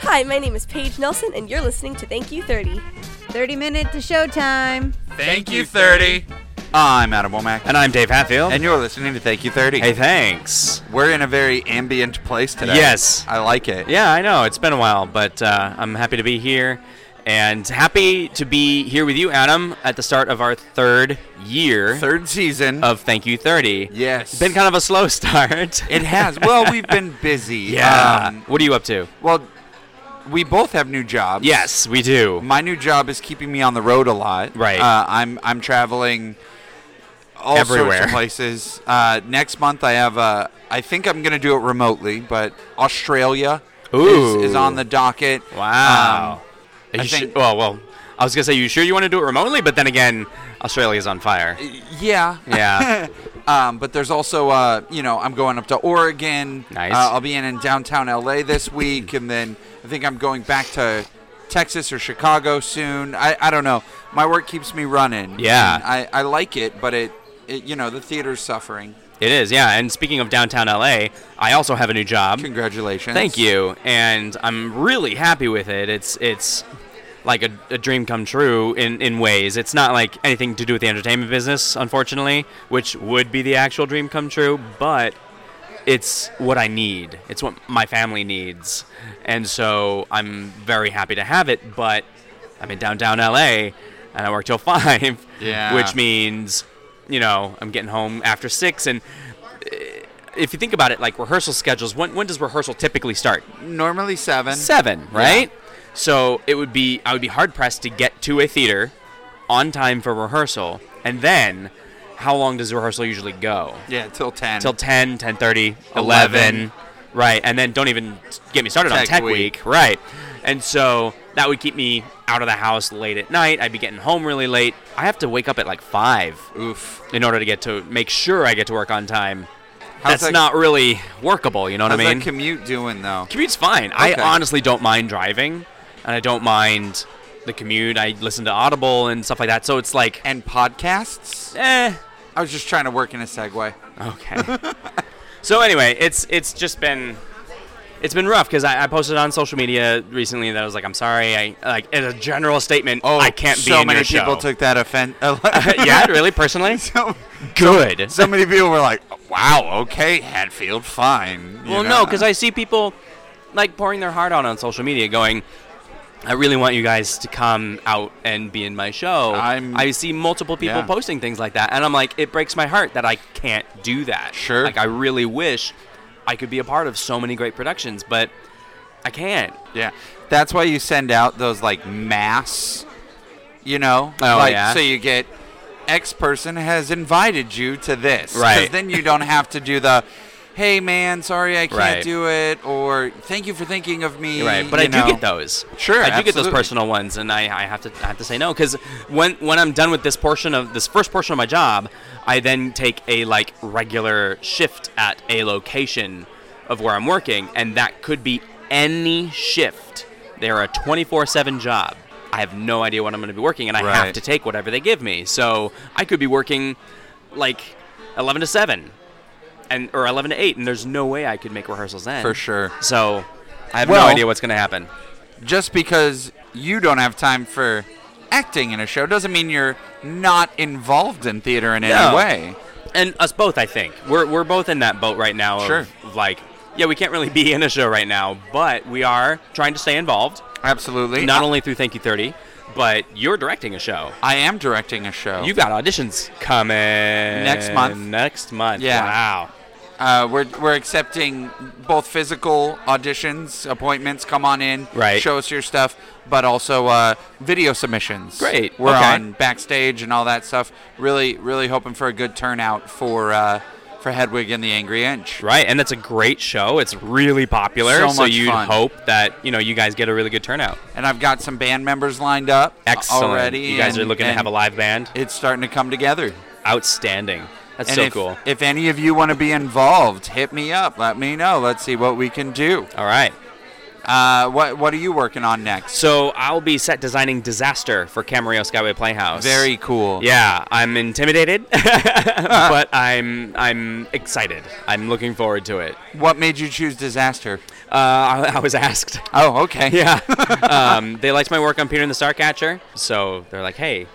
Hi, my name is Paige Nelson, and you're listening to Thank You 30. 30 minute to showtime. Thank you, 30. I'm Adam Womack. And I'm Dave Hatfield. And you're listening to Thank You 30. hey, thanks. We're in a very ambient place today. Yes. I like it. Yeah, I know. It's been a while, but uh, I'm happy to be here and happy to be here with you, Adam, at the start of our third year Third season. of Thank You 30. yes. It's Uh, been kind of a slow start. it has. Well, we've been busy. yeah. Um, what are you up to? well, we both have new jobs. Yes, we do. My new job is keeping me on the road a lot. Right. Uh, I'm I'm traveling all sorts Everywhere. of places. Uh, next month I have uh, I think I'm gonna do it remotely, but Australia Ooh. is, is on the docket. Um, Wow. Are I you su- think- well, well, I was going to say, you sure you want to do it remotely? But then again, Australia's on fire. yeah. Yeah. Um, but there's also, uh, you know, I'm going up to Oregon. Nice. Uh, I'll be in, in downtown LA this week, and then I think I'm going back to Texas or Chicago soon. I, I don't know. My work keeps me running. Yeah. And I, I like it, but it, it, you know, the theater's suffering. it is, yeah. And speaking of downtown LA, I also have a new job. Congratulations. Thank you, and I'm really happy with it. It's it's like a, a dream come true in, in ways. It's not like anything to do with the entertainment business, unfortunately, which would be the actual dream come true, but it's what I need. It's what my family needs. And so I'm very happy to have it, but I'm in downtown LA and I work till five. Yeah. Which means, you know, I'm getting home after six and uh, if you think about it, like rehearsal schedules, when, when does rehearsal typically start? Normally seven. Seven, right? So it would be, I would be hard pressed to get to a theater on time for rehearsal. And then, how long does rehearsal usually go? Yeah, till ten. Till 10, 10.30, 11, 11. right? And then don't even get me started on Tech tech week. week. right? And so that would keep me out of the house late at night. I'd be getting home really late. I have to wake up at like 5 Oof. in order to get to make sure I get to work on time. How's That's that- not really workable, you know what I How's mean? that commute doing though? Commute's fine. Okay. I honestly don't mind driving, and I don't mind the commute. I listen to Audible and stuff like that, so it's like, And podcasts? eh, I was just trying to work in a segue. okay. so anyway, it's it's just been it's been rough because I, I posted on social media recently that I was like, I'm sorry, I like as a general statement, I can't be Oh, so in many your people show. took that offense. yeah, really, personally, So- good. So many people were like, "Wow, okay, Hatfield, fine." You Well, know? no, because I see people like pouring their heart out on social media, going, "I really want you guys to come out and be in my show." I'm- I see multiple people Yeah. posting things like that, and I'm like, it breaks my heart that I can't do that. Sure. like I really wish I could be a part of so many great productions, but I can't. yeah, that's why you send out those like mass, you know, Oh, like yeah. so you get X person has invited you to this, 'Cause Right. Then you don't have to do the. Hey man, sorry I can't Right. do it, or thank you for thinking of me. Right, but I you know. do get those. Sure, I do get those absolutely. personal ones, and I, I have to I have to say no because when when I'm done with this portion of this first portion of my job, I then take a like regular shift at a location of where I'm working, and that could be any shift. They're a 24/7 job. I have no idea what I'm going to be working, and I Right. have to take whatever they give me. So I could be working like 11 to 7, and or 11 to 8, and there's no way I could make rehearsals then. For sure. So I have Well- no idea what's going to happen. Just because you don't have time for acting in a show doesn't mean you're not involved in theater in any No. way. And us both, I think. We're, we're both in that boat right now. Of, Sure. Like, yeah, we can't really be in a show right now, but we are trying to stay involved, Absolutely. not only through Thank You 30, but you're directing a show. I am directing a show. You got auditions coming next month. Next month. Yeah. Wow. Uh, we're, we're accepting both physical auditions, appointments. Come on in, Right. Show us your stuff, but also uh, video submissions. Great, We're okay. on backstage and all that stuff. Really, really hoping for a good turnout for uh, for Hedwig and the Angry Inch. Right, and it's a great show. It's really popular. So much you fun. hope that you know you guys get a really good turnout. And I've got some band members lined up Excellent. already. you guys and- are looking to and have a live band. It's starting to come together. Outstanding. That's And so if, cool. If any of you want to be involved, hit me up. Let me know. Let's see what we can do. All right. Uh, what What are you working on next? So I'll be set designing Disaster for Camarillo Skyway Playhouse. Very cool. Yeah, I'm intimidated, but I'm I'm excited. I'm looking forward to it. What made you choose disaster? Uh, I, I was asked. Oh, okay. Yeah. um, they liked my work on Peter and the Starcatcher, so they're like, "Hey."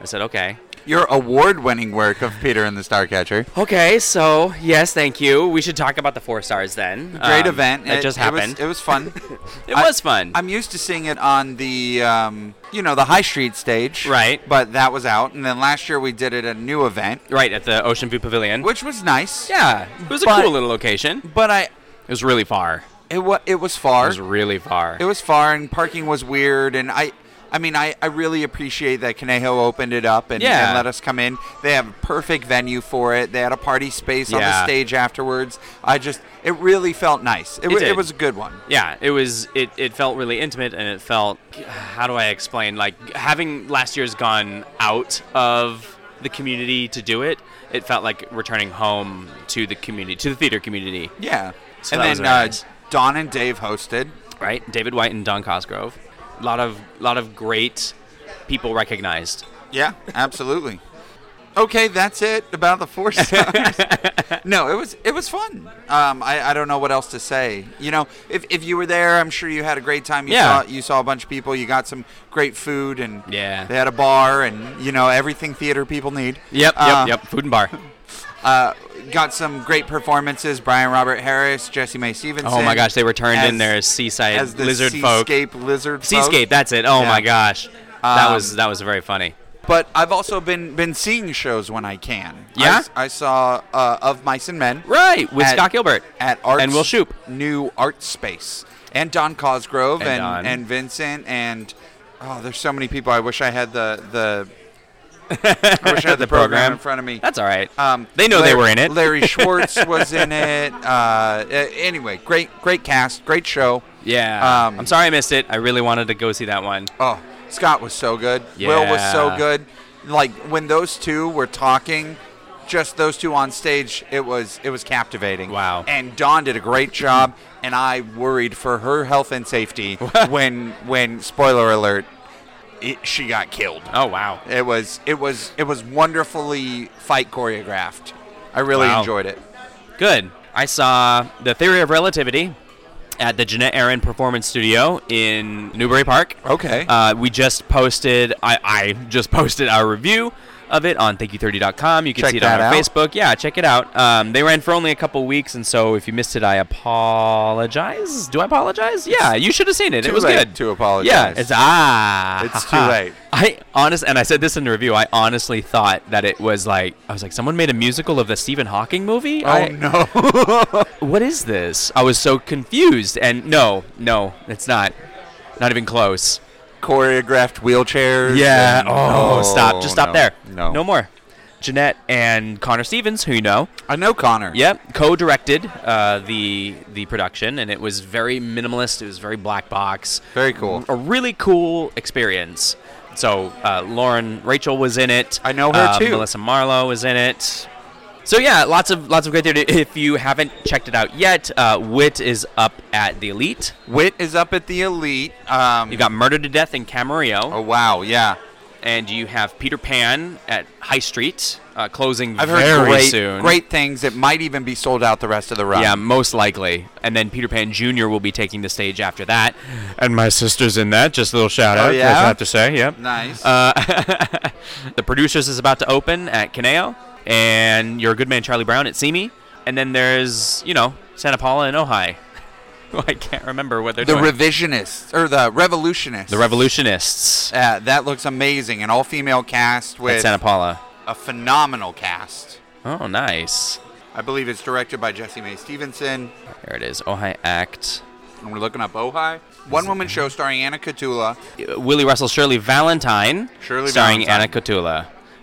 I said, "Okay." Your award-winning work of Peter and the Starcatcher. Okay, so yes, thank you. We should talk about the four stars then. Great Um, event. That just it was- happened. It was, fun. It I- was fun. I'm used to seeing it on the, um, you know, the High Street stage. Right. But that was out, and then last year we did it at a new event, right at the Ocean View Pavilion. which was nice. yeah, it was a But- cool little location. But I, It was really far. it was it was It far. was really far. It was far, and parking was weird, and I. I mean, I, I really appreciate that Conejo opened it up and, Yeah. and let us come in. They have a perfect venue for it. They had a party space on the Yeah. stage afterwards. I just, it really felt nice. It, wa- it did. was a good one. yeah, it was. It, it felt really intimate, and it felt. How do I explain? Like having last year's gone out of the community to do it, it felt like returning home to the community, to the theater community. Yeah. So and that then was very nice. uh, Don and Dave hosted. Right, David White and Don Cosgrove. A lot of lot of great people recognized. Yeah, absolutely. Okay, that's it about the four stars. no, it was it was fun. Um, I, I don't know what else to say. You know, if, if you were there, I'm sure you had a great time. You Yeah. saw you saw a bunch of people. You got some great food and Yeah. they had a bar and you know everything theater people need. Yep, yep, Uh, yep. Food and bar. Uh, got some great performances. Brian Robert Harris, Jesse May Stevenson. Oh my gosh, they returned in as- their seaside as the lizard folk. seascape lizard folk. Seascape, that's it. Oh Yeah. my gosh, that Um, was that was very funny. But I've also been been seeing shows when I can. I Yeah? s- I, saw uh, of Mice and Men Right with at- Scott Gilbert at Arts and Will Shoop. New Art Space and Don Cosgrove And and Don. and, Vincent and oh, there's so many people. I wish I had the the. I wish I had the, program in front of me. That's all right. Um, They know they Larry- were in it. Larry Schwartz was in it. Uh, a- anyway, great, great cast, great show. yeah, um, I'm sorry I missed it. I really wanted to go see that one. Oh, Scott was so good. Will was so Yeah. good. Like when those two were talking, just those two on stage, it was it was captivating. Wow. And Dawn did a great job, and I worried for her health and safety when when spoiler alert, it, she got killed. Oh wow, It was it was it was wonderfully fight choreographed. I really Wow. enjoyed it. good. I saw the Theory of Relativity at the Jeanette Aaron Performance Studio in Newbury Park. Okay. Uh, we just posted. I, I just posted our review of it on thankyou30.com. You can Check see it on that out. our Facebook. Yeah, check it out. Um, they ran for only a couple weeks, and so if you missed it, I apologize. Do I apologize? Yeah, you should have seen it. too it was late good to apologize. Yeah, it's ah. It's too ha, ha. late. I honest, and I said this in the review. I honestly thought that it was like I was like someone made a musical of the Stephen Hawking movie. oh I- no. what is this? I was so confused. And no, no, it's not. Not even close. choreographed wheelchairs. Yeah. and- Oh, stop. Just stop no, there. No. No more. Jeanette and Connor Stevens, who you know, I know Connor. yep, co-directed uh, the the production, and it was very minimalist. It was very black box. Very cool. A really cool experience. So uh, Lauren Rachel was in it. I know her Uh, too. Melissa Marlowe was in it. So yeah, lots of lots of great theater. If you haven't checked it out yet, uh, Wit is up at the Elite. Wit is up at the elite. Um, You've got Murder to Death in Camarillo. Oh wow, yeah. and you have Peter Pan at High Street uh, closing I've heard very great, soon. great things. It might even be sold out the rest of the run. Yeah, most likely. And then Peter Pan Jr. will be taking the stage after that. And my sister's in that. Just a little shout Oh, yeah? say. Yep. Nice. Uh, the producers is about to open at Caneo, and your good man Charlie Brown at Simi, and then there's you know Santa Paula and Ojai. Who I can't remember what they're the doing. revolutionists or the revolutionists. the Revolutionists Uh, that looks amazing. An all-female cast at with Santa Paula. a phenomenal cast. Oh, nice. I believe it's directed by Jesse May Stevenson. There it is. Ojai Act. And we're looking up Ojai. One woman show starring Anna Katula. Willie Russell Shirley Valentine, Shirley starring Valentine. Anna Cotula,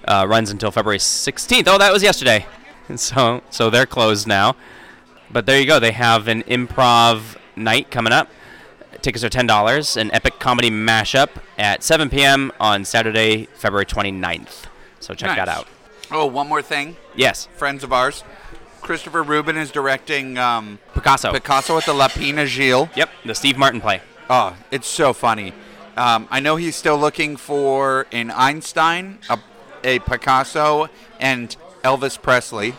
uh, runs until February 16th. Oh, that was yesterday. So, so they're closed now. But there you go. They have an improv night coming up. Tickets are ten dollars. An epic comedy mashup at 7 p.m. on Saturday, February 29th. So check that Nice. out. Oh, one more thing. Yes. Friends of ours, Christopher Rubin is directing um, Picasso. Picasso at the La Pina Gil. yep, the Steve Martin play. Oh, it's so funny. Um, I know he's still looking for an Einstein, a, a Picasso, and Elvis Presley.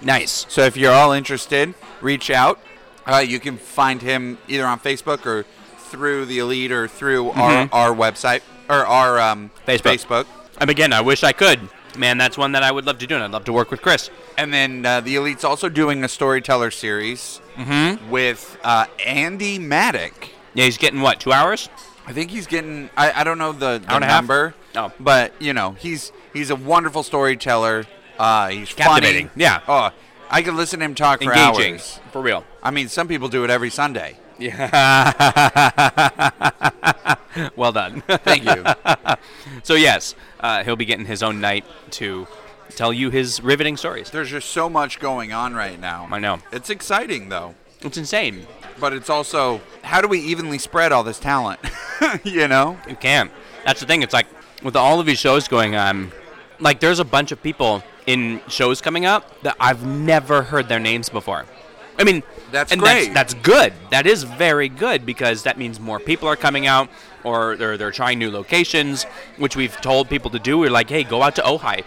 Nice. So if you're all interested, reach out. Uh, you can find him either on Facebook or through the Elite or through our, our website or our um, Facebook. And again, I wish I could. Man, that's one that I would love to do, and I'd love to work with Chris. And then uh, the Elite's also doing a storyteller series with uh, Andy Maddock. Yeah, he's getting what, two hours? I think he's getting. I, I don't know the, the Hour and a half? number. Oh. But you know he's he's a wonderful storyteller. Uh, he's Captivating, funny. yeah. Oh, I could listen to him talk for Engaging. hours. For real. I mean, some people do it every Sunday. Yeah. well done. Thank you. so, yes, uh, he'll be getting his own night to tell you his riveting stories. There's just so much going on right now. I know. It's exciting though, It's insane. but it's also how do we evenly spread all this talent? you know. You can't. That's the thing. It's like with all of these shows going on, like there's a bunch of people in shows coming up that I've never heard their names before. I mean, That's and great. That's, good. That is very good because that means more people are coming out, or they're they're trying new locations, which we've told people to do. We're like, hey, go out to Ojai,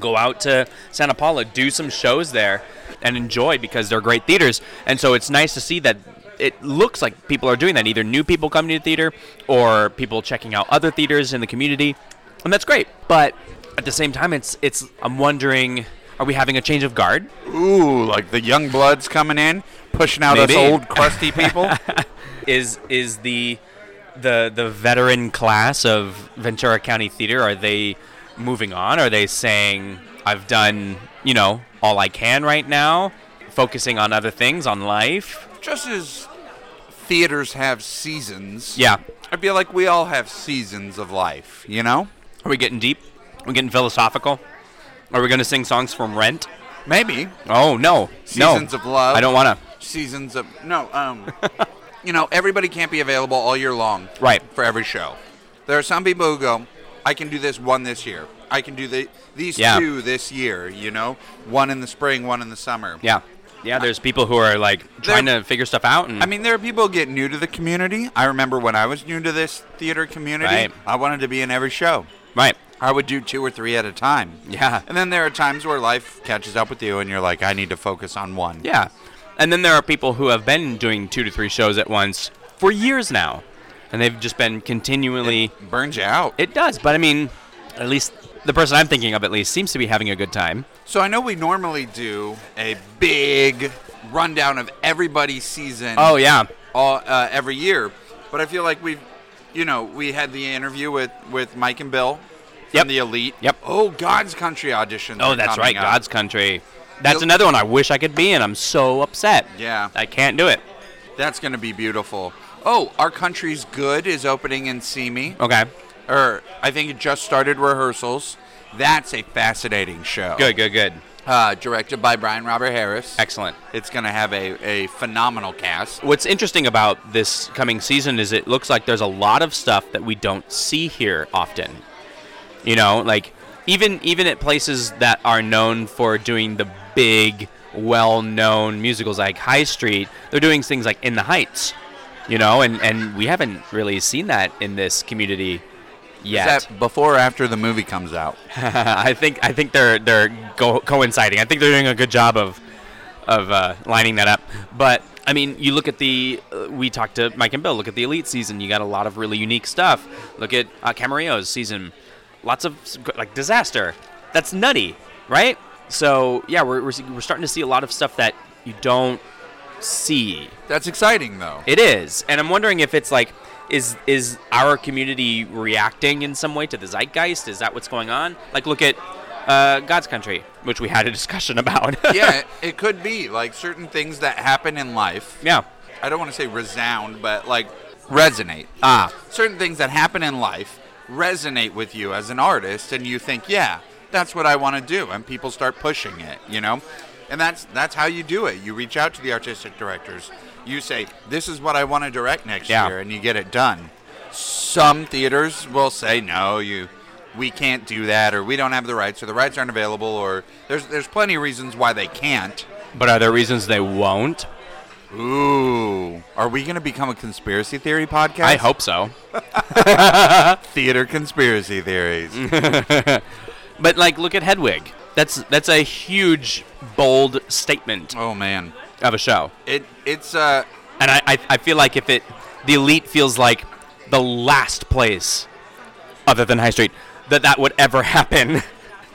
go out to Santa Paula, do some shows there, and enjoy because they're great theaters. And so it's nice to see that it looks like people are doing that. Either new people coming to the theater, or people checking out other theaters in the community, and that's great. But at the same time, it's it's I'm wondering, are we having a change of guard? Ooh, like the young bloods coming in, pushing out Maybe. us old crusty people. is is the the the veteran class of Ventura County Theater are they moving on? Are they saying I've done you know all I can right now, focusing on other things on life? just as theaters have seasons. Yeah, I feel like we all have seasons of life, you know? are we getting deep? Are we getting philosophical? Are we gonna sing songs from Rent? Maybe. Oh no, Seasons no. of love. I don't wanna. Seasons of no, um you know, everybody can't be available all year long. Right. For every show. There are some people who go, I can do this one this year. I can do the these Yeah. two this year, you know? One in the spring, one in the summer. Yeah, yeah. There's people who are like trying There- to figure stuff out, and I mean, there are people who get new to the community. I remember when I was new to this theater community, Right. I wanted to be in every show. right. I would do two or three at a time. Yeah. And then there are times where life catches up with you and you're like, I need to focus on one. Yeah. And then there are people who have been doing two to three shows at once for years now. And they've just been continually. Burns you out. It does, but I mean, at least the person I'm thinking of, at least, seems to be having a good time. So I know we normally do a big rundown of everybody's season Oh, yeah. all, uh, every year, but I feel like we've, you know, we had the interview with, with Mike and Bill from Yep. The Elite. Yep. Oh, God's Country auditions. Oh, are that's coming right. up. God's Country. That's Yep. another one I wish I could be in. I'm so upset. Yeah. I can't do it. That's going to be beautiful. Oh, Our Country's Good is opening in Simi. Okay. or I think it just started rehearsals. That's a fascinating show. Good, good, good. Uh, directed by Brian Robert Harris. Excellent. It's going to have a, a phenomenal cast. What's interesting about this coming season is it looks like there's a lot of stuff that we don't see here often. You know, like even even at places that are known for doing the big, well-known musicals like High Street, they're doing things like In the Heights. You know, and and we haven't really seen that in this community yet. Is that before or after the movie comes out? I think I think they're they're go- coinciding. I think they're doing a good job of of uh, lining that up. But I mean, you look at the uh, we talked to Mike and Bill. Look at the Elite season. You got a lot of really unique stuff. Look at uh, Camarillo's season. Lots of s- gr- like disaster. That's nutty, right? So yeah, we're we're, se- we're starting to see a lot of stuff that you don't see That's exciting, though. it is, and I'm wondering if it's like, is is our community reacting in some way to the zeitgeist? Is that what's going on? Like, look at uh, God's Country, which we had a discussion about. yeah, it, it could be. Like certain things that happen in life. yeah. I don't want to say resound, but like resonate. Ah, certain things that happen in life resonate with you as an artist and you think yeah that's what i want to do and people start pushing it you know and that's that's how you do it you reach out to the artistic directors you say this is what i want to direct next Yeah. year and you get it done some theaters will say no you we can't do that or we don't have the rights or the rights aren't available or there's there's plenty of reasons why they can't But are there reasons they won't? Ooh. Are we going to become a conspiracy theory podcast? I hope so. Theater conspiracy theories. But like, look at Hedwig. That's that's a huge, bold statement oh, man. of a show. It It's, uh, And I, I, I feel like if it, the elite feels like the last place, other than High Street, that that would ever happen.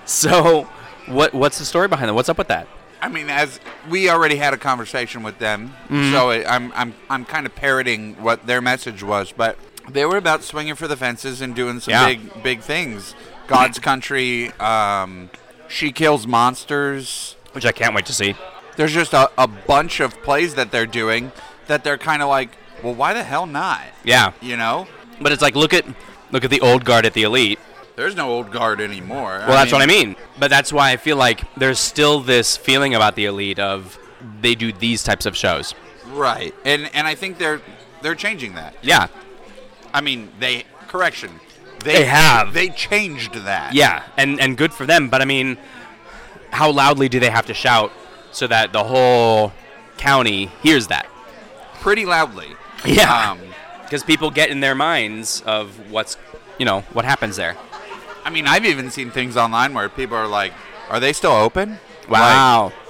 So, what what's the story behind that? What's up with that? I mean, as we already had a conversation with them, Mm-hmm. so it, I'm I'm I'm kind of parroting what their message was, but they were about swinging for the fences and doing some Yeah. big big things. God's country, um, she kills monsters. Which I can't wait to see. There's just a, a bunch of plays that they're doing that they're kind of like, well, why the hell not? Yeah, You know, but it's like look at look at the old guard at the elite. there's no old guard anymore. Well, that's what I mean. But that's why I feel like there's still this feeling about the elite of they do these types of shows. Right, and and I think they're they're changing that. Yeah, I mean, they correction. They have. They changed that. Yeah, and and good for them. But I mean, how loudly do they have to shout so that the whole county hears that? pretty loudly. Yeah. Um, Because people get in their minds of what's, you know, what happens there. I mean, I've even seen things online where people are like, "Are they still open?"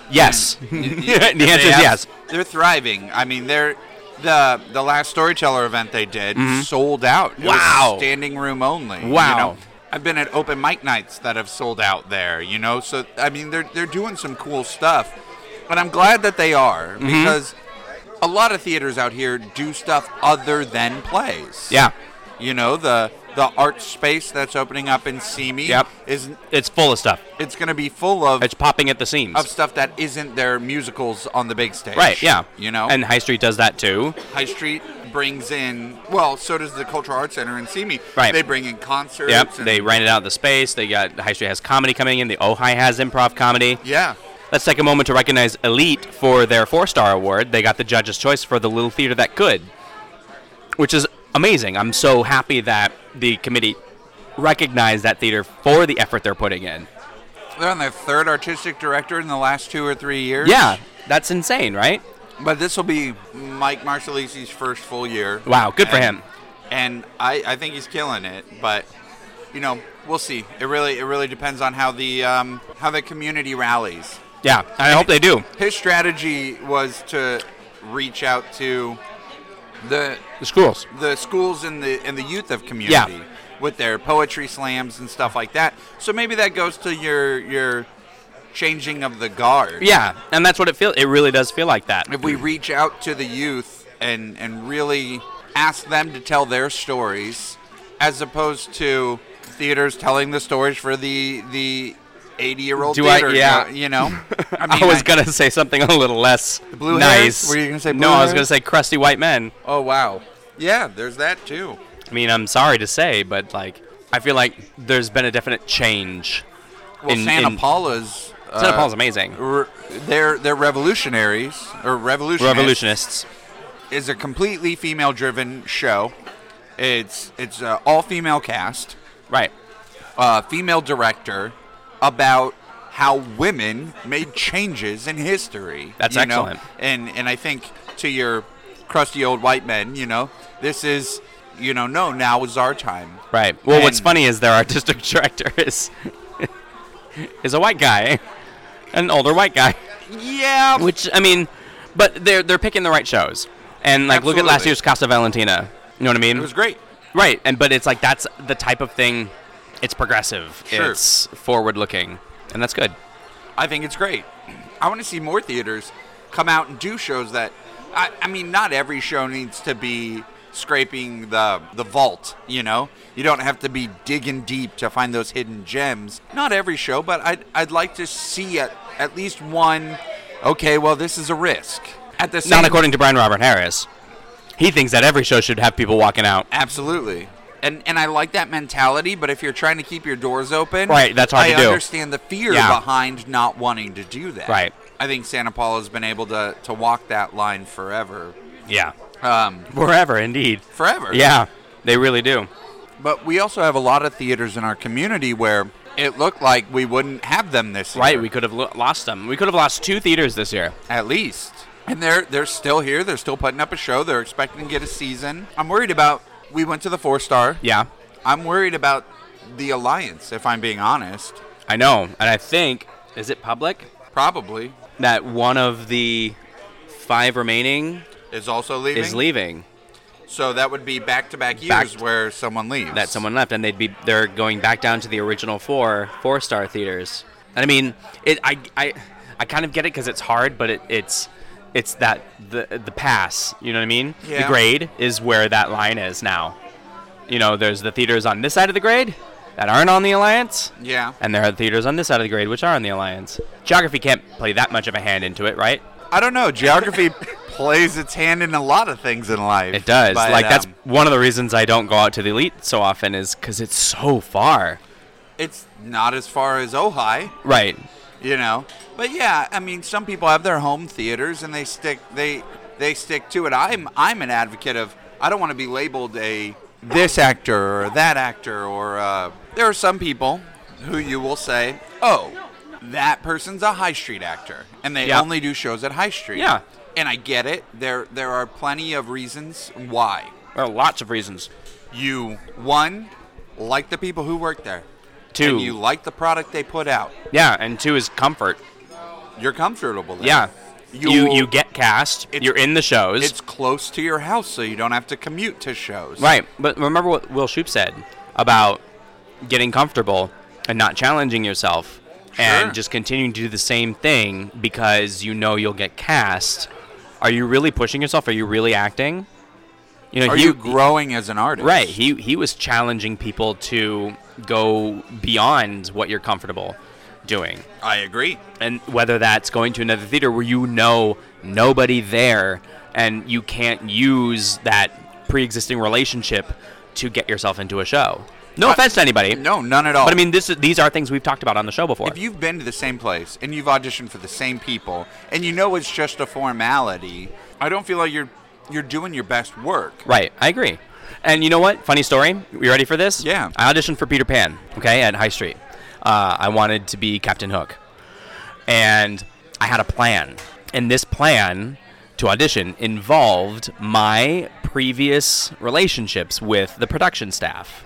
yes. the Like, if answer they is ask- yes. They're thriving. I mean, they're the the last storyteller event they did sold out. It was Mm-hmm. Wow. standing room only. you Wow. know. I've been at open mic nights that have sold out there. You know, so I mean, they're they're doing some cool stuff, and I'm glad that they are Mm-hmm. because a lot of theaters out here do stuff other than plays. Yeah. You know the the art space that's opening up in Simi Yep. is It's full of stuff. it's going to be full of It's popping at the seams. of stuff that isn't their musicals on the big stage. Right, yeah. You know, And High Street does that too. High Street brings in well, so does the Cultural Arts Center in Simi. Right. They bring in concerts. Yep. and- They rented out the space. They got High Street has comedy coming in. The Ojai has improv comedy. Yeah. Let's take a moment to recognize Elite for their four star award. They got the judge's choice for the little theater that could, which is amazing. I'm so happy that the committee recognized that theater for the effort they're putting in. They're on their third artistic director in the last two or three years. Yeah, that's insane, right? But this will be Mike Marsalisi's first full year. Wow, good for And- him. And I, I think he's killing it, but you know, we'll see. It really it really depends on how the um, how the community rallies. Yeah, I hope they do. His strategy was to reach out to the The schools. the schools and the and the youth of community with their poetry slams and stuff like that. So maybe that goes to your your changing of the guard. Yeah, and that's what it feels. It really does feel like that. If we reach out to the youth and and really ask them to tell their stories as opposed to theaters telling the stories for the the 80 year old Do I- theater yeah. uh, you know I, was gonna say something a little less Blue nice. hairs? Were you gonna say no? blue I was hairs? gonna say crusty white men. oh wow yeah there's that too I mean, I'm sorry to say, but like, I feel like there's been a definite change. well in- Santa in- Paula's uh, Santa Paula's amazing. r- they're they're revolutionaries or revolutionists. Revolutionists. is a completely female driven show. It's it's uh, all female cast, Right. uh, female director, about how women made changes in history. That's you excellent. Know? And and I think to your crusty old white men, you know, this is you know no now is our time. Right. Well, what's And- funny is their artistic director is is a white guy, an older white guy. Yeah. Which I mean, but they're they're picking the right shows. And like, look at last Absolutely. year's Casa Valentina. You know what I mean? it was great. Right. And but it's like that's the type of thing. It's progressive. Sure. It's forward looking, and that's good. I think it's great. I want to see more theaters come out and do shows that. I, I mean, not every show needs to be scraping the the vault. You know, you don't have to be digging deep to find those hidden gems. Not every show, but I'd I'd like to see at at least one. Okay, well, this is a risk. At the same, Not according to Brian Robert Harris. He thinks that every show should have people walking out. Absolutely. And, and I like that mentality, but if you're trying to keep your doors open, Right, that's hard I to do. understand the fear Yeah. behind not wanting to do that. Right. I think Santa Paula's been able to, to walk that line forever. Yeah. Um, Forever, indeed. forever. Yeah, they really do. But we also have a lot of theaters in our community where it looked like we wouldn't have them this year. Right, we could have lo- lost them. We could have lost two theaters this year. at least. And they're they're still here. They're still putting up a show. They're expecting to get a season. I'm worried about. We went to the four star. Yeah, I'm worried about the alliance. If I'm being honest, I know. And I think is it public probably that one of the five remaining is also leaving. is leaving. So that would be back to back Back- years where someone leaves. That someone left, and they'd be they're going back down to the original four four star theaters. And I mean, it I I, I kind of get it because it's hard, but it, it's it's that the the pass. You know what I mean? Yeah. The grade is where that line is now. You know, there's the theaters on this side of the grade that aren't on the alliance. Yeah. And there are theaters on this side of the grade which are on the Alliance. Geography can't play that much of a hand into it, right? I don't know. Geography plays its hand in a lot of things in life. It does. But, like that's um, one of the reasons I don't go out to the Elite so often is because it's so far. it's not as far as Ojai. Right. you know but yeah i mean some people have their home theaters and they stick they they stick to it i'm i'm an advocate of i don't want to be labeled a this actor or that actor or uh, there are some people who you will say oh that person's a high street actor and they Yeah. only do shows at high street Yeah. and i get it there there are plenty of reasons why There are lots of reasons. you one like the people who work there Two. and you like the product they put out yeah, and two is comfort. you're comfortable there. Yeah. You you, will- get cast. It's- You're in the shows. It's close to your house, so you don't have to commute to shows. Right, but remember what Will Shoop said about getting comfortable and not challenging yourself Sure. and just continuing to do the same thing because you know you'll get cast. Are you really pushing yourself? Are you really acting? You know, Are he, you growing as an artist? right. He he was challenging people to go beyond what you're comfortable doing. I agree. And whether that's going to another theater where you know nobody there and you can't use that pre existing relationship to get yourself into a show. No Uh, offense to anybody. No, none at all. But I mean, this is, these are things we've talked about on the show before. if you've been to the same place and you've auditioned for the same people, and you know it's just a formality, I don't feel like you're you're doing your best work. Right, I agree. And you know what? Funny story. You ready for this? Yeah. I auditioned for Peter Pan, okay, at High Street. Uh, I wanted to be Captain Hook. And I had a plan. And this plan to audition involved my previous relationships with the production staff.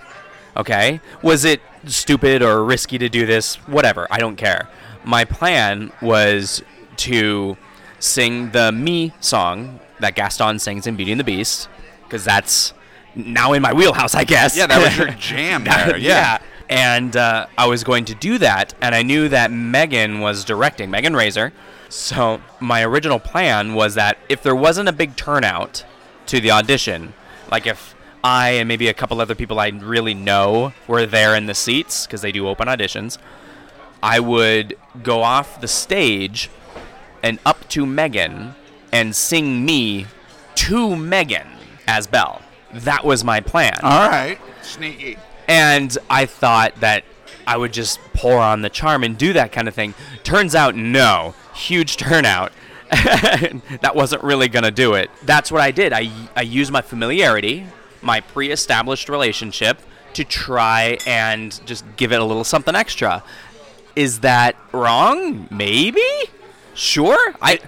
Okay? Was it stupid or risky to do this? Whatever. I don't care. My plan was to sing the Me song that Gaston sings in Beauty and the Beast, because that's now in my wheelhouse, I guess. Yeah, that was your jam That- there. Yeah. And uh, I was going to do that, and I knew that Megan was directing, Megan Razor. So my original plan was that if there wasn't a big turnout to the audition, like if I and maybe a couple other people I really know were there in the seats, because they do open auditions, I would go off the stage and up to Megan and sing me to Megan as Belle. That was my plan. All right, sneaky. And I thought that I would just pour on the charm and do that kind of thing. Turns out, no. Huge turnout. that wasn't really going to do it. That's what I did. I, I used my familiarity, my pre established relationship, to try and just give it a little something extra. Is that wrong? Maybe? Sure. I,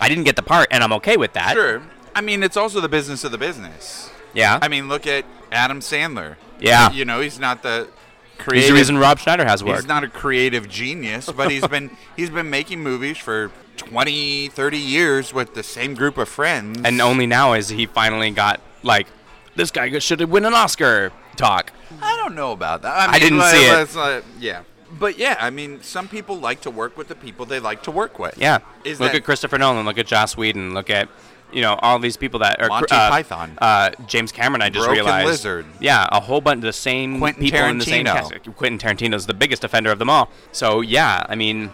I didn't get the part, and I'm okay with that. Sure. I mean, it's also the business of the business. Yeah. I mean, look at Adam Sandler. Yeah. You know, he's not the He's creative. the reason Rob Schneider has work. He's not a creative genius, but he's been he's been making movies for 20, 30 years with the same group of friends. and only now is he finally got like this guy should have win an Oscar talk. I don't know about that. I, mean, didn't like, see it. let's, uh, yeah, but yeah, I mean, some people like to work with the people they like to work with. Yeah, Is look that- at Christopher Nolan, look at Joss Whedon, look at you know all these people that are Monty uh, Python. uh, James Cameron. I just Broken realized, Lizard. yeah, a whole bunch of the same Quentin people in the same Tarantino. cast. Quentin Tarantino's the biggest offender of them all. So yeah, I mean,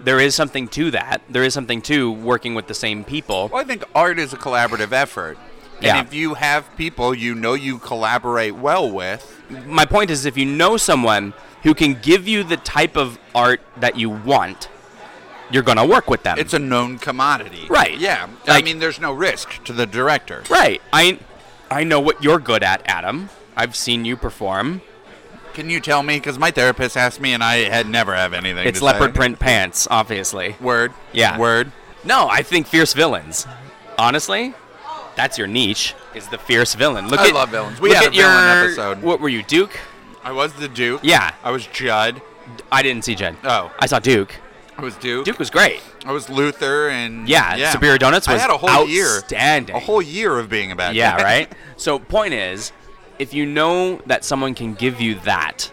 there is something to that. There is something to working with the same people. Well, I think art is a collaborative effort, and Yeah. if you have people you know you collaborate well with, my point is if you know someone who can give you the type of art that you want, you're gonna work with them. it's a known commodity. Right. Yeah. I Like- mean, there's no risk to the director. right. I I know what you're good at, Adam. I've seen you perform. Can you tell me? Because my therapist asked me, and I had never have anything. It's to leopard say. print pants, obviously. Word. Yeah. Word. No, I think fierce villains. Honestly, that's your niche. Is the fierce villain? Look I at love villains. We look had at a villain your- episode. What were you, Duke? I was the Duke. Yeah. I was Judd. I didn't see Jen. Oh. I saw Duke. I was Duke. Duke was great. I was Luther, and Yeah, Superior Donuts I was had a whole outstanding. year, a whole year of being a bad Yeah, guy. right? So, point is, if you know that someone can give you that,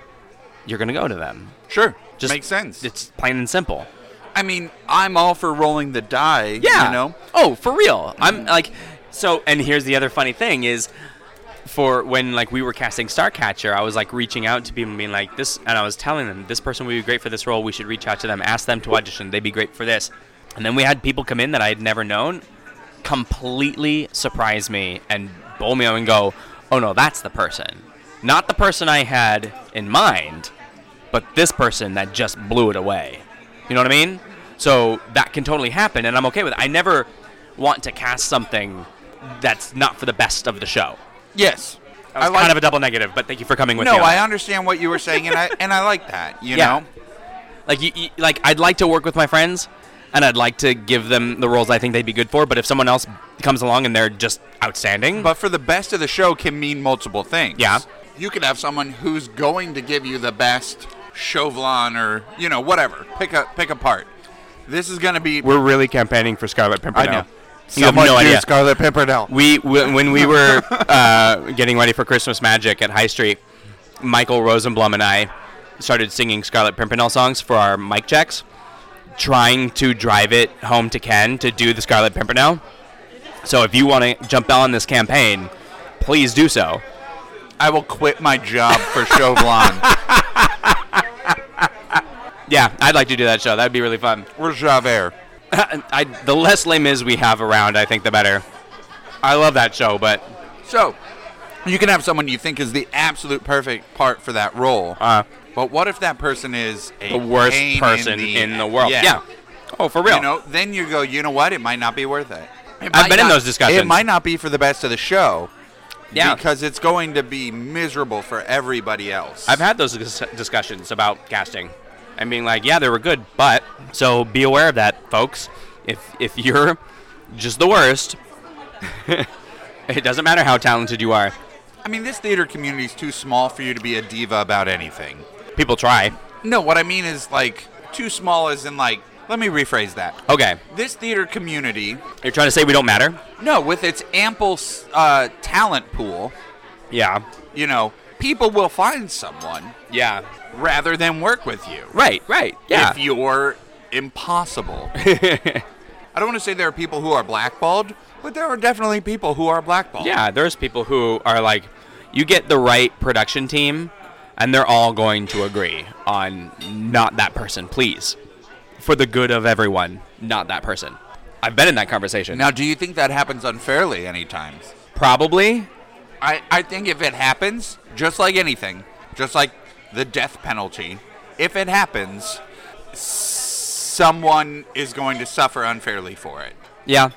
you're going to go to them. Sure, Just makes sense. It's plain and simple. I mean, I'm all for rolling the die. Yeah. you know, Oh, for real. I'm like so and here's the other funny thing is for when like we were casting Starcatcher, I was like reaching out to people and being like this and I was telling them this person would be great for this role, we should reach out to them, ask them to audition, they'd be great for this. And then we had people come in that I had never known completely surprise me and bowl me over and go, "Oh no, that's the person." Not the person I had in mind, but this person that just blew it away. You know what I mean? So that can totally happen, and I'm okay with it. I never want to cast something that's not for the best of the show. yes. That I was like kind of a double negative, but thank you for coming with no, me. on I that. understand what you were saying, and I and I like that. You Yeah. know, like you, you, like I'd like to work with my friends, and I'd like to give them the roles I think they'd be good for. But if someone else comes along and they're just outstanding, but for the best of the show can mean multiple things. Yeah. you could have someone who's going to give you the best chauvelin or you know whatever. Pick a pick a part. This is going to be. we're really campaigning for Scarlet Pimpernel. You have Someone no do idea. Scarlet Pimpernel. We w- when we were uh, getting ready for Christmas Magic at High Street, Michael Rosenblum and I started singing Scarlet Pimpernel songs for our mic checks, trying to drive it home to Ken to do the Scarlet Pimpernel. So if you want to jump on this campaign, please do so. I will quit my job for chauvelin. Yeah, I'd like to do that show. That'd be really fun. We're Javert. I, the less lame is we have around, I think, the better. I love that show, but So, you can have someone you think is the absolute perfect part for that role. Uh. but what if that person is a the worst pain person in the, world. Yeah. Oh, for real. You know, then you go, you know what? It might not be worth it. It I've might been in not- those discussions. It might not be for the best of the show. Yeah. Because it's going to be miserable for everybody else. I've had those dis- discussions about casting and being like, yeah, they were good, but so be aware of that, folks. If if you're just the worst, it doesn't matter how talented you are. I mean, this theater community is too small for you to be a diva about anything. People try. No, what I mean is like too small is in like. Let me rephrase that. Okay, This theater community, you're trying to say we don't matter? no, with its ample s- uh, talent pool, Yeah. you know, people will find someone Yeah. rather than work with you. Right. Right. Yeah. If you're impossible. I don't want to say there are people who are blackballed, but there are definitely people who are blackballed. Yeah, there's people who are like, you get the right production team, and they're all going to agree on not that person, please. For the good of everyone, not that person. I've been in that conversation. Now, do you think that happens unfairly any times? probably. I, I think if it happens, just like anything, just like the death penalty, if it happens, someone is going to suffer unfairly for it. Yeah.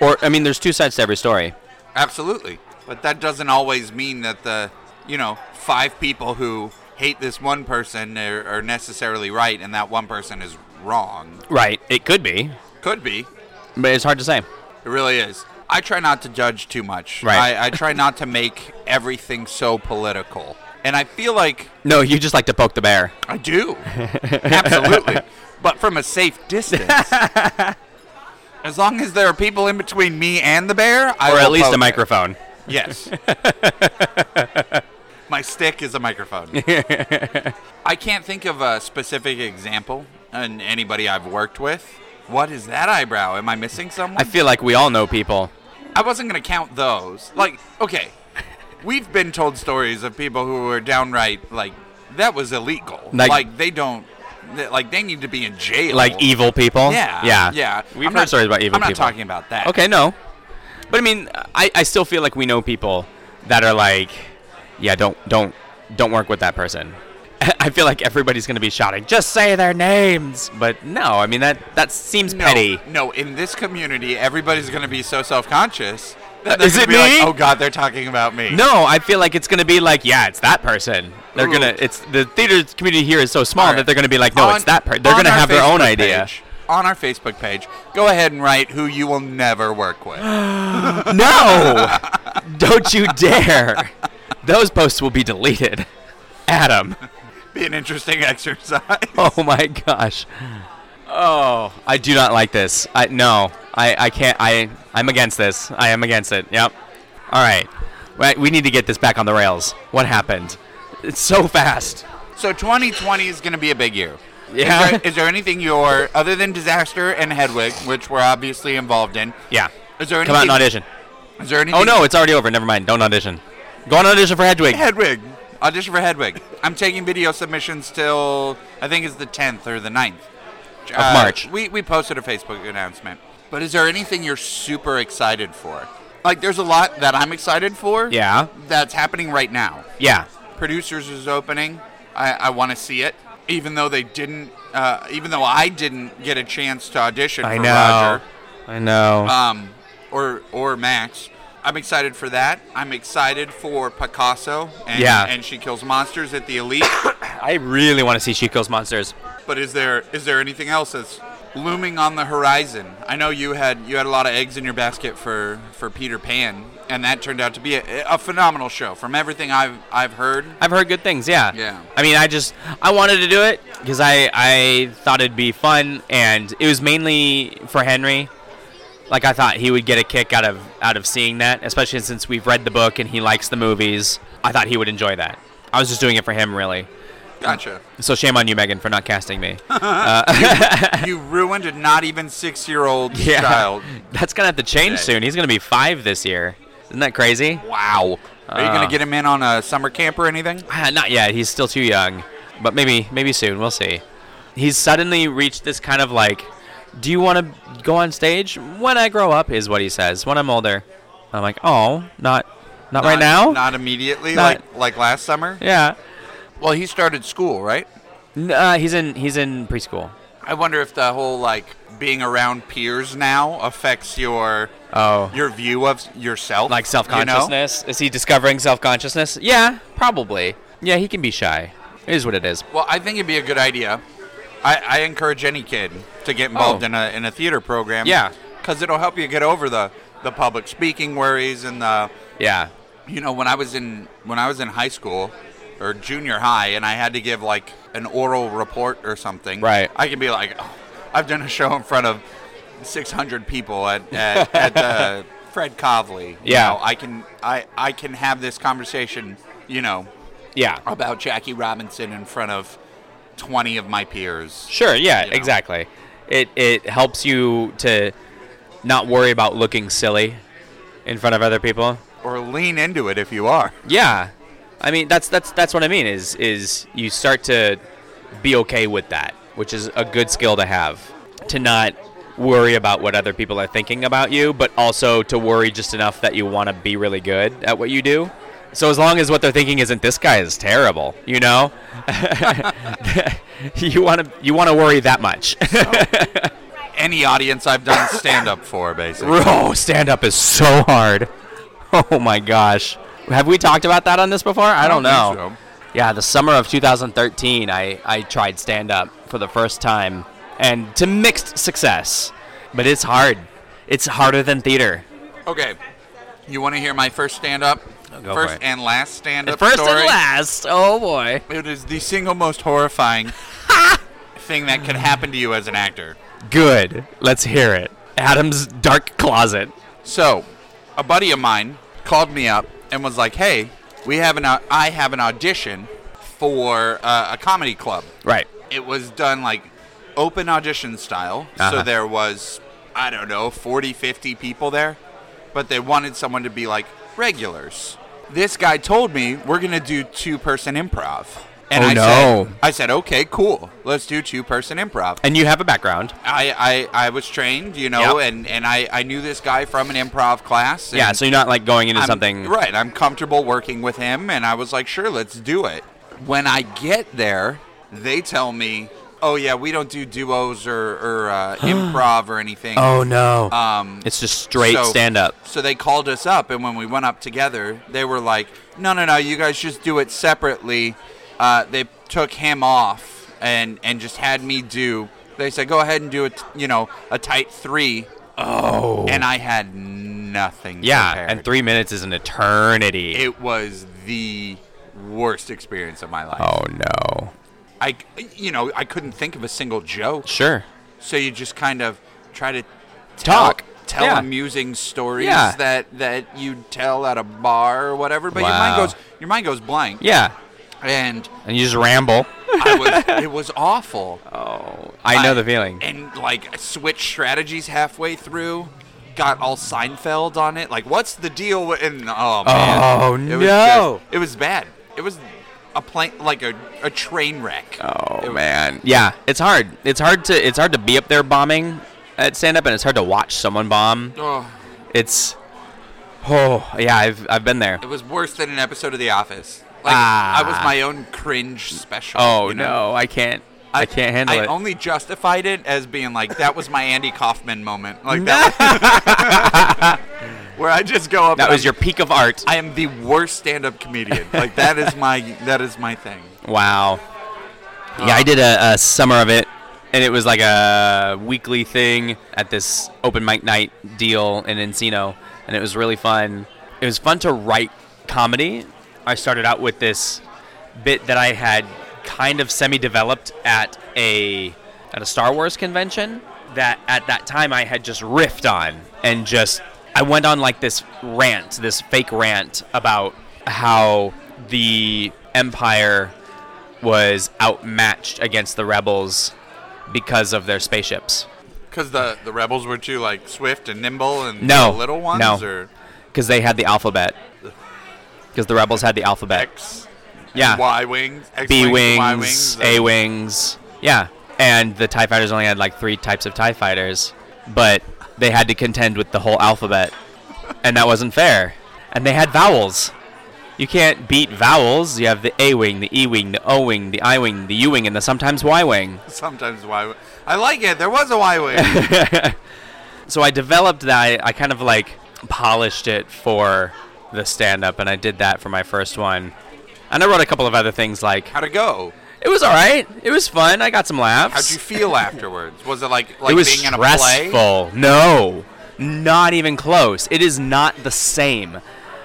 Or, I mean, there's two sides to every story. Absolutely. But that doesn't always mean that the, you know, five people who hate this one person are, are necessarily right and that one person is wrong. Right. It could be, Could be. but it's hard to say. It really is. I try not to judge too much. Right. I, I try not to make everything so political. And I feel like No, you just like to poke the bear. I do. Absolutely. But from a safe distance. as long as there are people in between me and the bear, I Or will at least poke a it. microphone. Yes. My stick is a microphone. I can't think of a specific example in anybody I've worked with. What is that eyebrow? Am I missing someone? I feel like we all know people. I wasn't going to count those. Like, okay, we've been told stories of people who were downright, like, that was illegal. Like- Like, they don't, they- like, they need to be in jail. Like evil people. Yeah. Oh. Yeah. Yeah. We've I'm heard not- stories about evil I'm not people. talking about that. Okay, no. But I mean, I, I still feel like we know people that are like, yeah, don't don't don't work with that person. I feel like everybody's gonna be shouting, just say their names. But no, I mean that that seems No, petty. No, in this community, everybody's going to be so self conscious And they're Uh, Is gonna it be like, me? oh God, they're talking about me. No, I feel like it's gonna be like, yeah, it's that person. They're Ooh. gonna. It's the theater community here is so small All right. that they're gonna be like, no, On- it's that person. They're on gonna our have their own Facebook idea. page- on our Facebook page, go ahead and write who you will never work with. No, don't you dare. Those posts will be deleted. Adam. be an interesting exercise. Oh my gosh. Oh, I do not like this. I no. I, I can't. I I'm against this. I am against it. Yep. All right. Right. We need to get this back on the rails. What happened? It's so fast. So 2020 is going to be a big year. Is Yeah. there, is there anything you're other than disaster and Hedwig, which we're obviously involved in? Yeah. Is there anything? Come out and audition. Is there anything? Oh no, it's already over. Never mind. Don't audition. Go on audition for Hedwig. Hedwig. Audition for Hedwig. I'm taking video submissions till I think it's the 10th or the 9th of March. We we posted a Facebook announcement. But is there anything you're super excited for? Like there's a lot that I'm excited for. Yeah. That's happening right now. Yeah. producers is opening. I, I want to see it, even though they didn't, uh, even though I didn't get a chance to audition I for know. Roger I know. um, or or Max. I'm excited for that. I'm excited for Picasso and, Yeah. and she kills monsters at the elite. I really want to see She Kills Monsters. but is there is there anything else that's looming on the horizon? I know you had you had a lot of eggs in your basket for for Peter Pan, and that turned out to be a, a phenomenal show. From everything I've I've heard, I've heard good things. Yeah. Yeah. I mean, I just I wanted to do it because I I thought it'd be fun, and it was mainly for Henry. Like I thought he would get a kick out of out of seeing that, especially since we've read the book and he likes the movies. I thought he would enjoy that. I was just doing it for him, really. gotcha. So shame on you, Megan, for not casting me. you ruined a not even six year old child. That's gonna have to change Yeah. soon. He's gonna be five this year. Isn't that crazy? Wow. Are you Uh. gonna get him in on a summer camp or anything? Ah, not yet. He's still too young, but maybe maybe soon. We'll see. He's suddenly reached this kind of like, do you want to go on stage when I grow up? Is what he says. When I'm older, I'm like, oh, not not, right Not- now. Not immediately, Not- like like last summer. yeah. Well, he started school, right? N- Uh, he's in he's in preschool. I wonder if the whole like being around peers now affects your Oh, your view of yourself, like you know? self consciousness. Is he discovering self consciousness? Yeah, probably. Yeah, he can be shy. It is what it is. Well, I think it'd be a good idea. I, I encourage any kid to get involved Oh. in a in a theater program. Yeah. because it'll help you get over the the public speaking worries and the Yeah. you know when i was in when i was in high school or junior high and i had to give like an oral report or something Right. i can be like oh, i've done a show in front of 600 people at at, at uh, fred Covley. You Yeah. know, i can i i can have this conversation you know Yeah. about jackie robinson in front of 20 of my peers Sure. Yeah. know? Exactly. It it helps you to not worry about looking silly in front of other people. or lean into it if you are Yeah. I mean that's that's that's what I mean is is you start to be okay with that, which is a good skill to have to not worry about what other people are thinking about you, but also to worry just enough that you want to be really good at what you do. So as long as what they're thinking isn't this guy is terrible, you know, you want to you want to worry that much. any audience i've done stand up for basically Oh, stand up is so hard. Oh my gosh. Have we talked about that on this before? I don't I don't know. think Yeah, the summer of 2013, I, I tried stand up for the first time and to mixed success. But it's hard. It's harder than theater. Okay. You want to hear my first stand up? go First for it. and last stand up First story. and last. Oh boy. It is the single most horrifying thing that could happen to you as an actor. Good. Let's hear it. Adam's dark closet. So, a buddy of mine called me up and was like, "Hey, we have an au- I have an audition for uh, a comedy club." Right. It was done like open audition style. So Uh-huh. there was I don't know, 40, 50 people there, but they wanted someone to be like regulars. This guy told me we're going to do two-person improv. And Oh, I no. said I said, "Okay, cool. Let's do two-person improv." And you have a background. I, I, I was trained, you know, Yep. and, and I, I knew this guy from an improv class. and Yeah, so you're not like going into I'm- something. Right. I'm comfortable working with him, and I was like, sure, let's do it. When I get there, they tell me, oh yeah, we don't do duos or, or uh, improv or anything. Oh no. Um, it's just straight so- stand up. So they called us up, and when we went up together, they were like, "No, no, no, you guys just do it separately." Uh, they took him off and and just had me do. They said, "Go ahead and do it," you know, a tight three, Oh. and I had nothing. yeah, prepared. and 3 minutes is an eternity. It was the worst experience of my life. oh no. I, you know, I couldn't think of a single joke, Sure. so you just kind of try to tell- Talk. tell Yeah. amusing stories Yeah. that that you tell at a bar or whatever. But your Wow. mind goes, your mind goes blank, Yeah. and And you just ramble. I was, it was awful. Oh, I know the feeling. And like switch strategies halfway through, got all Seinfeld on it. Like, what's the deal? With, and oh man, Oh, it was no. just- it was bad. It was a plane, like a, a train wreck. Oh It- man, yeah, it's hard. It's hard to it's hard to be up there bombing at stand up, and it's hard to watch someone bomb. Oh, It's oh yeah, I've I've been there. It was worse than an episode of The Office. Like Ah. I was my own cringe special. Oh you know? no, I can't. I, can't handle I it. only justified it as being like that was my Andy Kaufman moment, like that, where I just go up. that and was I'm- your peak of art. I am the worst stand-up comedian. Like that is my that is my thing. wow. Yeah, I did a, a summer of it, and it was like a weekly thing at this open mic night deal in Encino, and it was really fun. It was fun to write comedy. I started out with this bit that I had kind of semi-developed at a at a Star Wars convention that at that time I had just riffed on and just I went on like this rant, this fake rant about how the Empire was outmatched against the rebels because of their spaceships. Because the the rebels were too like swift and nimble and No, the little ones no. or Because they had the alphabet. Because the rebels had the alphabet. X, Yeah. Y wings, X B wings, Y wings, A wings. Yeah. And the TIE fighters only had like three types of TIE fighters, but they had to contend with the whole alphabet. And that wasn't fair. And they had vowels. You can't beat vowels. You have the A wing, the E wing, the O wing, the I wing, the U wing, and the sometimes Y wing. Sometimes Y. wing. I like it. There was a Y wing. so I developed that. I, I kind of like polished it for the stand up, and I did that for my first one. And I wrote a couple of other things like How'd it go? it was all right. It was fun. I got some laughs. How'd you feel afterwards? Was it like like it was being in a play? stressful. No, not even close. It is not the same.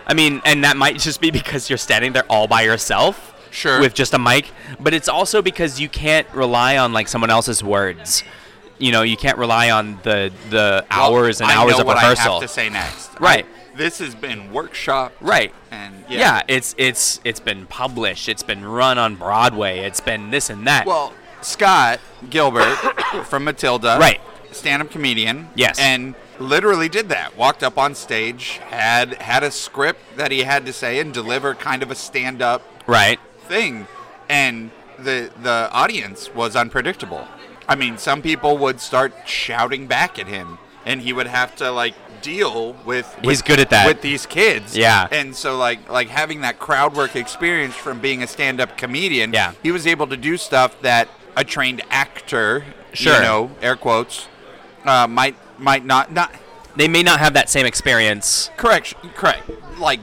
I mean, and that might just be because you're standing there all by yourself. Sure. With just a mic, but it's also because you can't rely on like someone else's words. You know, you can't rely on the the hours and I hours know of what rehearsal. I have to say next. Right. I- this has been workshop. Right. And yeah. yeah. it's it's it's been published. It's been run on Broadway. It's been this and that. Well, Scott Gilbert from Matilda, Right. stand-up comedian. Yes. And literally did that. Walked up on stage, had had a script that he had to say and deliver kind of a stand-up right. thing, and the the audience was unpredictable. I mean, some people would start shouting back at him, and he would have to like deal with. with He's good at that. with these kids. Yeah. and so like like having that crowd work experience from being a stand up comedian. Yeah. he was able to do stuff that a trained actor, Sure. you know, air quotes, uh, might might not not They may not have that same experience. correct correct like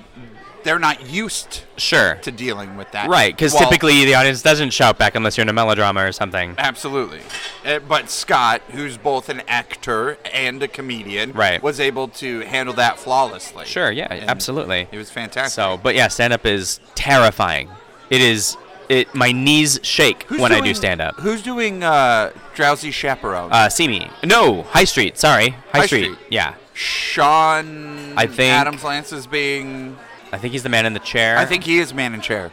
they're not used Sure. to dealing with that. Right, because Well, typically the audience doesn't shout back unless you're in a melodrama or something. Absolutely. Uh, but Scott, who's both an actor and a comedian, Right. was able to handle that flawlessly. Sure, yeah, And absolutely. It was fantastic. So, but yeah, stand up is terrifying. It is. It my knees shake Who's when I do doing- stand up. Who's doing uh, Drowsy Chaperone? Uh, see me. No, High Street. Sorry, High, High Street. Street. Yeah, Sean I think- Adams Lance is being I think he's the man in the chair. I think he is man in chair.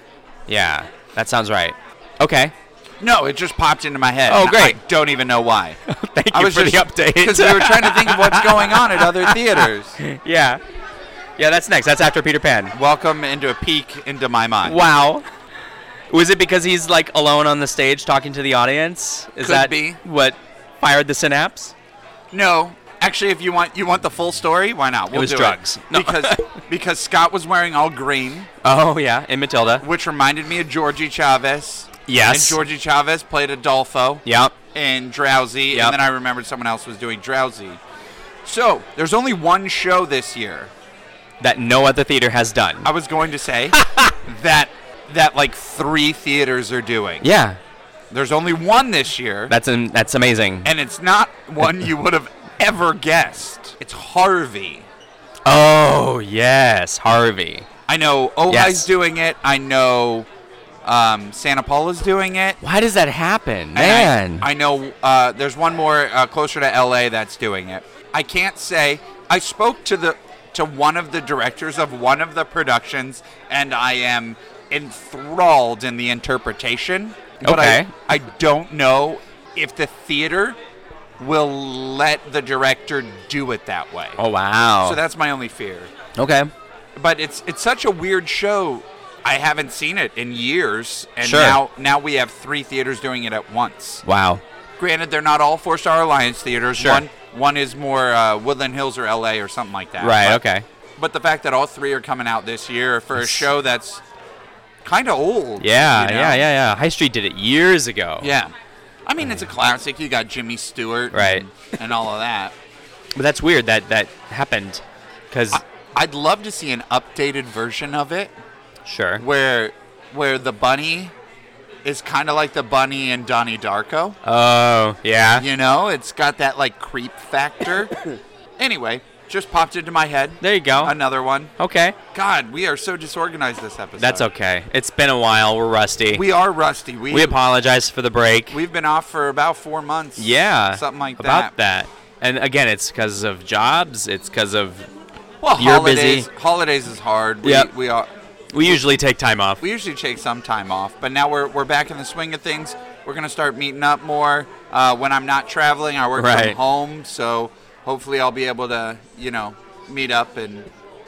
Yeah, that sounds right. Okay. No, it just popped into my head. Oh, and great. I don't even know why. Thank I you was for just, the Because we update. were trying to think of what's going on at other theaters. yeah. Yeah, that's next. That's after Peter Pan. Welcome into a peek into my mind. Wow. Was it because he's like alone on the stage talking to the audience? Is Could that be. what fired the synapse? No, actually, if you want you want the full story, why not? We'll was do drugs. No. because because Scott was wearing all green, Oh yeah, in Matilda. which reminded me of Georgie Chavez. Yes. And Georgie Chavez played Adolfo. Yep. And Drowsy. Yep. And then I remembered someone else was doing Drowsy. So there's only one show this year. That no other theater has done. I was going to say that that like three theaters are doing. yeah. There's only one this year, That's an, that's amazing. and it's not one you would have ever guessed. It's Harvey. oh yes, Harvey. I know Ohi's Yes. doing it. I know um, Santa Paula's doing it. Why does that happen, man? And I, I know uh, there's one more uh, closer to LA that's doing it. I can't say. I spoke to the to one of the directors of one of the productions, and I am enthralled in the interpretation. But Okay. I, I don't know if the theater will let the director do it that way. oh wow. So that's my only fear okay. but it's it's such a weird show. I haven't seen it in years, and Sure. now now we have three theaters doing it at once. Wow. Granted, they're not all Four Star Alliance theaters. Sure. One one is more uh, Woodland Hills or L.A. or something like that. Right. But- okay. But the fact that all three are coming out this year for a That's- show that's kind of old. Yeah. you know? Yeah. Yeah. Yeah. High Street did it years ago. Yeah. I mean, it's a classic. You got Jimmy Stewart, Right. and, and all of that. But that's weird that that happened. Cause I, I'd love to see an updated version of it. sure. where where the bunny is kind of like the bunny in Donnie Darko. Oh yeah. You know, it's got that like creep factor. anyway, just popped into my head. There you go. Another one. okay. God, we are so disorganized this episode. That's okay. It's been a while. We're rusty. We are rusty. We, we apologize for the break. we've been off for about four months. yeah. something like about that. And again, it's because of jobs. It's because of Well, You're holidays. busy. Holidays is hard. We, Yep. we are. we usually take time off. We usually take some time off, but now we're, we're back in the swing of things. We're going to start meeting up more. Uh, when I'm not traveling, I work Right. from home, so hopefully I'll be able to, you know, meet up and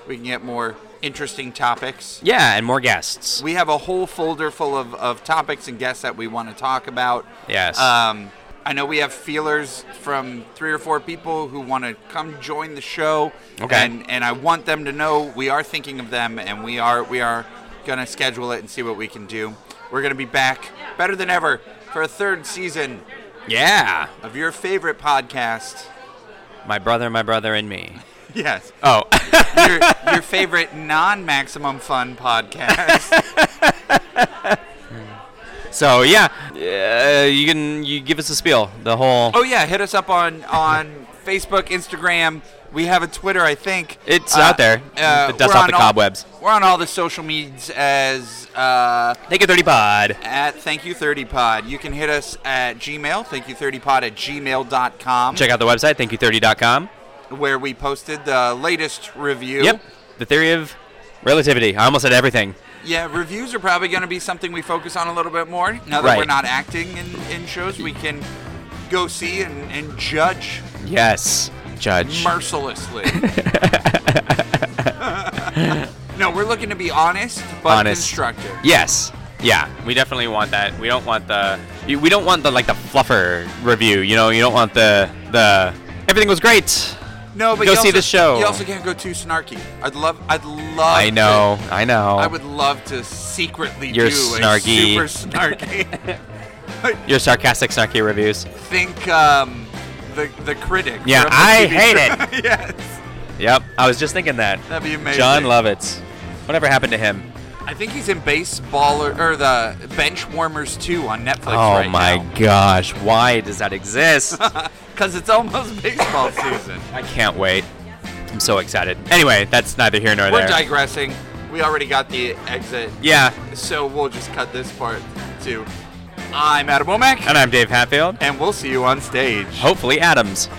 we can get more interesting topics. yeah, and more guests. We have a whole folder full of, of topics and guests that we want to talk about. Yes. Um, I know we have feelers from three or four people who want to come join the show. Okay. And, and I want them to know we are thinking of them and we are we are gonna schedule it and see what we can do. We're gonna be back better than ever for a third season yeah. of your favorite podcast. My brother, my brother, and me. Yes. Oh. Your, your favorite non maximum fun podcast. So yeah, uh, you can you give us a spiel. The whole oh yeah, hit us up on on Facebook, Instagram. We have a Twitter, I think. Uh, It's out there. The dust we're off on the all- cobwebs. we're on all the social medias as uh, Take a Thirty Pod. at Thank You 30 Pod. You can hit us at Gmail, Thank You 30 Pod at gmail.com, Check out the website thankyou30.com. where we posted the latest review. Yep, the theory of relativity. I almost said everything. Yeah, reviews are probably going to be something we focus on a little bit more. Now that we're Right. not acting in, in shows, we can go see and, and judge Yes, judge. mercilessly. no, we're looking to be honest but Honest. constructive. yes, yeah. We definitely want that. We don't want the you- we don't want the like the fluffer review. You know, you don't want the the everything was great. No, but Go you see also- the show. You also can't go too snarky. I'd love, I'd love. I know, to- I know. I would love to secretly You're do snarky. a super snarky. Your sarcastic, snarky reviews. Think um, the the critic. Yeah, from the I TV hate show. yes, Yep, I was just thinking that. that'd be amazing. John Lovitz. Whatever happened to him? I think he's in baseball or, or the bench warmers too on Netflix oh right my gosh, why does that exist? Because it's almost baseball season. I can't wait. I'm so excited. Anyway, that's neither here nor We're there. digressing. We already got the exit, yeah, so we'll just cut this part too. I'm Adam Womack, and I'm Dave Hatfield. and we'll see you on stage. Hopefully, Adams.